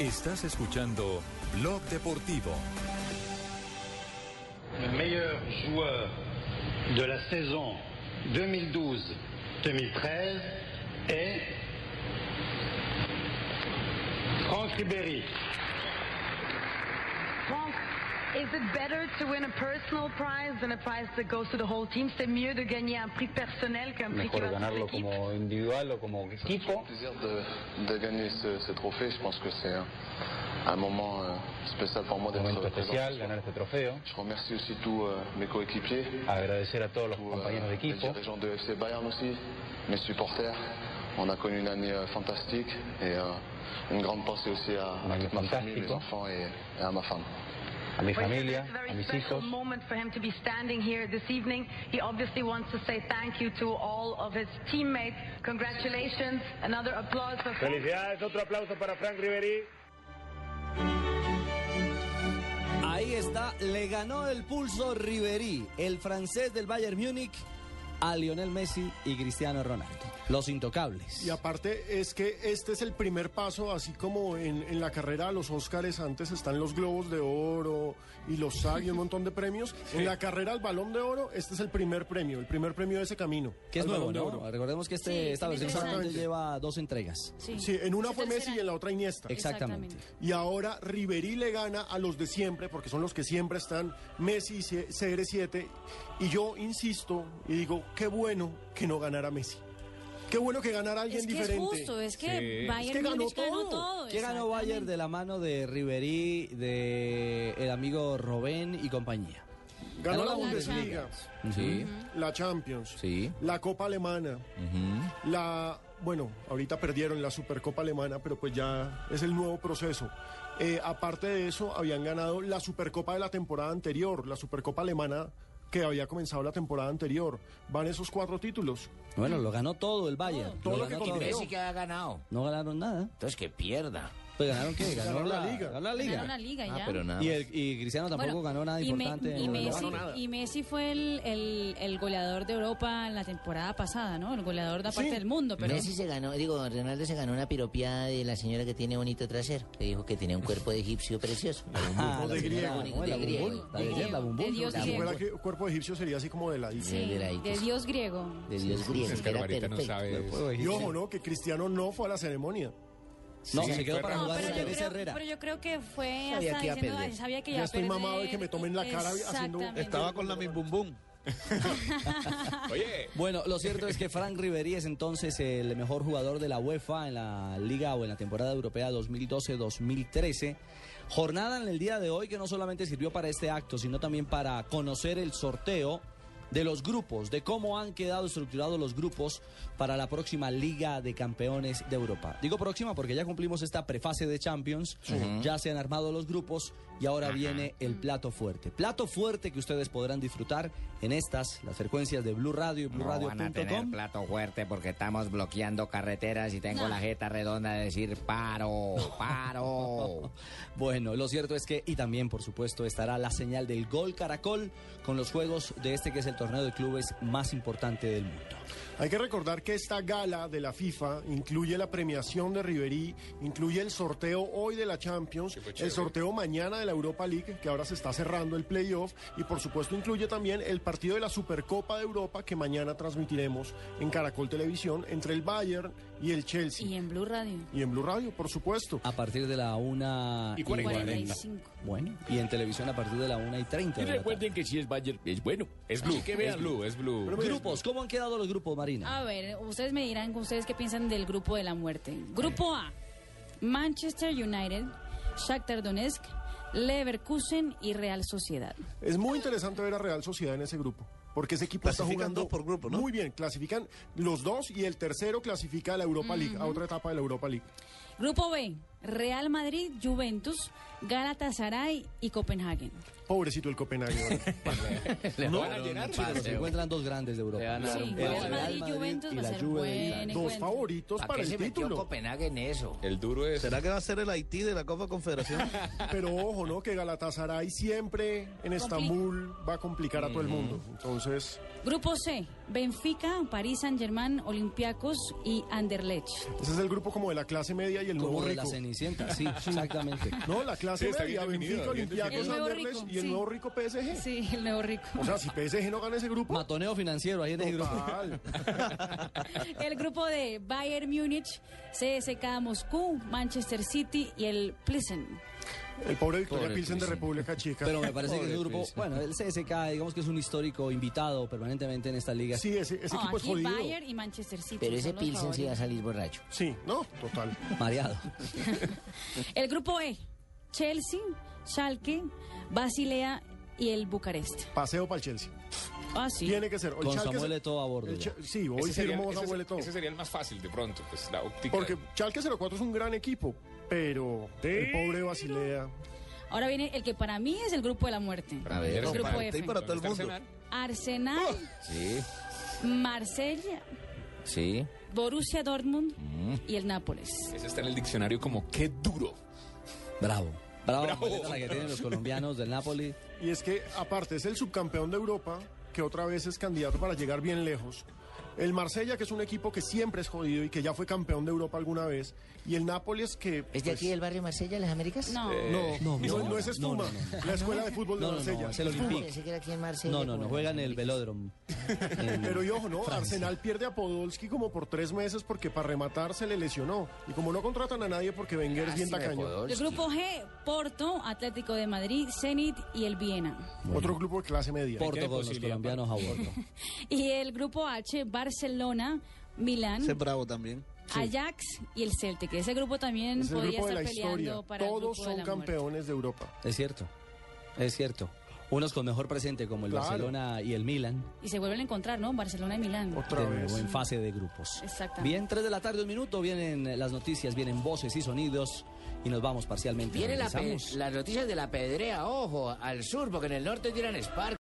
Estás escuchando Blog Deportivo. Le meilleur joueur de la saison 2012-2013 est Franck Ribéry. Franck, is it better to win a personal prize than a prize that goes to the whole team? ¿Es mieux de gagner un prix personnel qu'un prix qui Mejor va a ganarlo l'équipe? como individual o como equipo. plaisir de, de gagner ce, ce trophée. Je pense que c'est un, un moment euh, spécial pour moi Un d'être momento présent. especial, ganar este trofeo. Je remercie aussi tous euh, mes coéquipiers, Agradecer a todos los tous, euh, compañeros de les equipo, dirigeants de FC Bayern aussi, mes supporters. On a connu une année euh, fantastique et euh, une grande pensée aussi à, Une à année toute ma famille, fantastique. mes enfants et, et à ma femme. a mi Well, familia, it's a very a mis special hijos. moment for him to be standing here this evening. He obviously wants to say thank you to all of his teammates. Congratulations. Another applause for Franck. Felicidades, otro aplauso para Frank Ribery. Ahí está, le ganó el pulso Riverí, el francés del Bayern Múnich, a Lionel Messi y Cristiano Ronaldo. Los intocables. Y aparte es que este es el primer paso, así como en, en la carrera a los Óscares antes están los Globos de Oro y los SAG y un montón de premios. En la carrera al Balón de Oro, este es el primer premio, el primer premio de ese camino. Que es al nuevo, Balón de ¿no? Oro. Recordemos que este, Sí, esta versión exactamente. solamente lleva dos entregas. Sí, en una Su fue tercer Messi y en año. la otra Iniesta. Exactamente. Y ahora Riverí le gana a los de siempre, porque son los que siempre están, Messi y C- CR7. Y yo insisto y digo, qué bueno que no ganara Messi. Qué bueno que ganara alguien Es que diferente. es justo, es que Sí. Bayern Es que ganó Múnich ganó todo. todo. ¿Qué ganó Bayern de la mano de Riverí, de el amigo Robén y compañía? Ganó Ganó la la Bundesliga, Sí. la Champions, Sí. la Copa Alemana, la... Bueno, ahorita perdieron la Supercopa Alemana, pero pues ya es el nuevo proceso. Eh, aparte de eso, habían ganado la Supercopa de la temporada anterior, la Supercopa Alemana que había comenzado la temporada anterior. Van esos cuatro títulos. Bueno, lo ganó todo el Bayern. Todo lo que ganó consiguió. que ha ganado. No ganaron nada. Entonces que pierda. Pues ganaron qué? Ganó, Ganaron la, la liga. ganó la liga. Ganaron la liga Ah, ya. nada. Y, el- y Cristiano tampoco Bueno, ganó nada y me- importante. en Y, el Messi, Mundial. y Messi fue el, el- el goleador de Europa en la temporada pasada, ¿no? El goleador de la parte Sí. del mundo, pero... Messi se ganó, digo, Ronaldo se ganó una piropiada de la señora que tiene bonito trasero, que dijo que tenía un cuerpo de egipcio precioso. Ah, de la griego. bumbum, De la griego. bumbum, la de- la bumbum, De Dios la Si griego. bumbum. fuera que cuerpo egipcio sería así como de la Sí, de la- de Dios griego. De Dios griego, que era perfecto. Y ojo, ¿no? Que Cristiano no fue a la ceremonia. No, se quedó para No, jugar pero a yo, Teresa creo, Herrera. pero yo creo que fue Sabía hasta que iba a diciendo, perder. "Ay, sabía que Ya iba a estoy perder". mamado de que me tomen la cara haciendo- Exactamente. con la misma bumbum. Oye, Bueno, lo cierto es que Frank Ribery es entonces el mejor jugador de la UEFA en la liga o en la temporada europea 2012-2013. Jornada en el día de hoy que no solamente sirvió para este acto, sino también para conocer el sorteo de los grupos, de cómo han quedado estructurados los grupos para la próxima Liga de Campeones de Europa. Digo próxima porque ya cumplimos esta prefase de Champions, ya se han armado los grupos y ahora viene el plato fuerte. Plato fuerte que ustedes podrán disfrutar en estas, las frecuencias de Blue Radio y No van a tener BlueRadio.com. plato fuerte porque estamos bloqueando carreteras y tengo No. la jeta redonda de decir paro, paro. Bueno, lo cierto es que, y también por supuesto, estará la señal del gol Caracol con los juegos de este que es el torneo de clubes más importante del mundo. Hay que recordar que esta gala de la FIFA incluye la premiación de Riverí, incluye el sorteo hoy de la Champions, el sorteo mañana de la Europa League, que ahora se está cerrando el playoff, y por supuesto incluye también el partido de la Supercopa de Europa que mañana transmitiremos en Caracol Televisión entre el Bayern y el Chelsea. Y en Blue Radio. Y en Blue Radio, por supuesto. A partir de la una Y cuarenta. 45. Bueno, y en televisión a partir de la una y treinta. y de la tarde. recuerden que si es Bayern, es bueno. Es blue. que vean blue, es blue. Grupos, ¿cómo han quedado los grupos, Marina? A ver, ustedes me dirán, ustedes qué piensan del grupo de la muerte. Grupo A, Manchester United, Shakhtar Donetsk, Leverkusen y Real Sociedad. Es muy interesante ver a Real Sociedad en ese grupo, porque ese equipo está jugando por grupo, muy bien. Clasifican los dos y el tercero clasifica a la Europa League, a otra etapa de la Europa League. Grupo B, Real Madrid, Juventus, Galatasaray y Copenhague. Pobrecito el Copenhague. ¿vale? Le No, van a no, no, llenar, no, chicos. Chicos, se encuentran dos grandes de Le Europa. van a dar Sí, un El Real palo. Madrid, Madrid Juventus y va a la ser Juve de buen Italia. Dos encuentro. favoritos ¿Para para qué el se metió título. Copenhague en eso? El duro es. ¿Será que va a ser el Haití de la Copa Confederación? Pero ojo, ¿no? Que Galatasaray siempre en Estambul va a complicar a todo el mundo. entonces. Grupo C, Benfica, París Saint-Germain, Olympiacos y Anderlecht. Ese es el grupo como de la clase media y el Como nuevo de rico. la Cenicienta, sí, exactamente. No, la Sí, clase está media, bien definido, Benfica, bien Olympiacos, definido. El nuevo Anderlecht rico, y el sí. nuevo rico PSG. Sí, el nuevo rico. O sea, si PSG no gana ese grupo... Matoneo financiero ahí en ese grupo. El grupo de Bayern Múnich, CSK Moscú, Manchester City y el Plissen. El pobre Victoria Pobre Pilsen de Pilsen. República Chica. Pero me parece que Pobre es un grupo, Pilsen. bueno, el CSK, digamos que es un histórico invitado permanentemente en esta liga. Sí, ese, No, aquí Bayern y Manchester City. son los favoritos. salir borracho. Sí, no, total. Mareado. El grupo E, Chelsea, Schalke, Basilea y el Bucarest. Paseo para el Chelsea. Ah, sí. Tiene que ser. O el Schalke se- Eto'o a bordo el ya. Ch- Sí, hoy sería- firmó ese, Samuel Eto'o. ese sería el más fácil de pronto, pues la óptica. Porque Schalke 04 es un gran equipo, pero el pobre Basilea... Ahora viene el que para mí es el grupo de la muerte. A ver, el no, grupo para F. ti y para todo el mundo. Oh. Arsenal. Arsenal, Sí, Marsella, sí. Borussia Dortmund Mm. y el Nápoles. Ese está en el diccionario como qué duro. Bravo. Bravo, Bravo. maleta la que tienen los colombianos del Napoli. Y es que, aparte, es el subcampeón de Europa, que otra vez es candidato para llegar bien lejos. El Marsella, que es un equipo que siempre es jodido y que ya fue campeón de Europa alguna vez. Y el Nápoles, que... ¿Es de aquí del barrio Marsella, las Américas? No. No, no, no, no, es no, Espuma. no, no, La escuela de fútbol de No, no, no, Marsella. es el Espuma. Olympique. Pensé que era aquí en Marsella. No, no, no, como- juegan en el velódromo. Pero y ojo, ¿no? Arsenal pierde a Podolski como por tres meses porque para rematar se le lesionó. Y como no contratan a nadie porque Wenger es bien Lástima de tacaño. El grupo G, Porto, Atlético de Madrid, Zenit y el Viena. Otro grupo de clase media. Porto con los colombianos a bordo. Y el grupo H, Barcelona, Milán, Ese es bravo también. Ajax y el Celtic. Ese grupo también Es el podría grupo de estar la historia. peleando para el Todos grupo de son la muerte. campeones de Europa. Es cierto, es cierto. Unos con mejor presente como el Claro. Barcelona y el Milan. Y se vuelven a encontrar, ¿no? Barcelona y Milán. Otra de vez. nuevo en fase de grupos. Exactamente. Bien, 3 de la tarde, un minuto, vienen las noticias, vienen voces y sonidos y nos vamos parcialmente. Vienen la pe- Regresamos. las noticias de la pedrea, ojo, al sur, porque en el norte tiran Spark.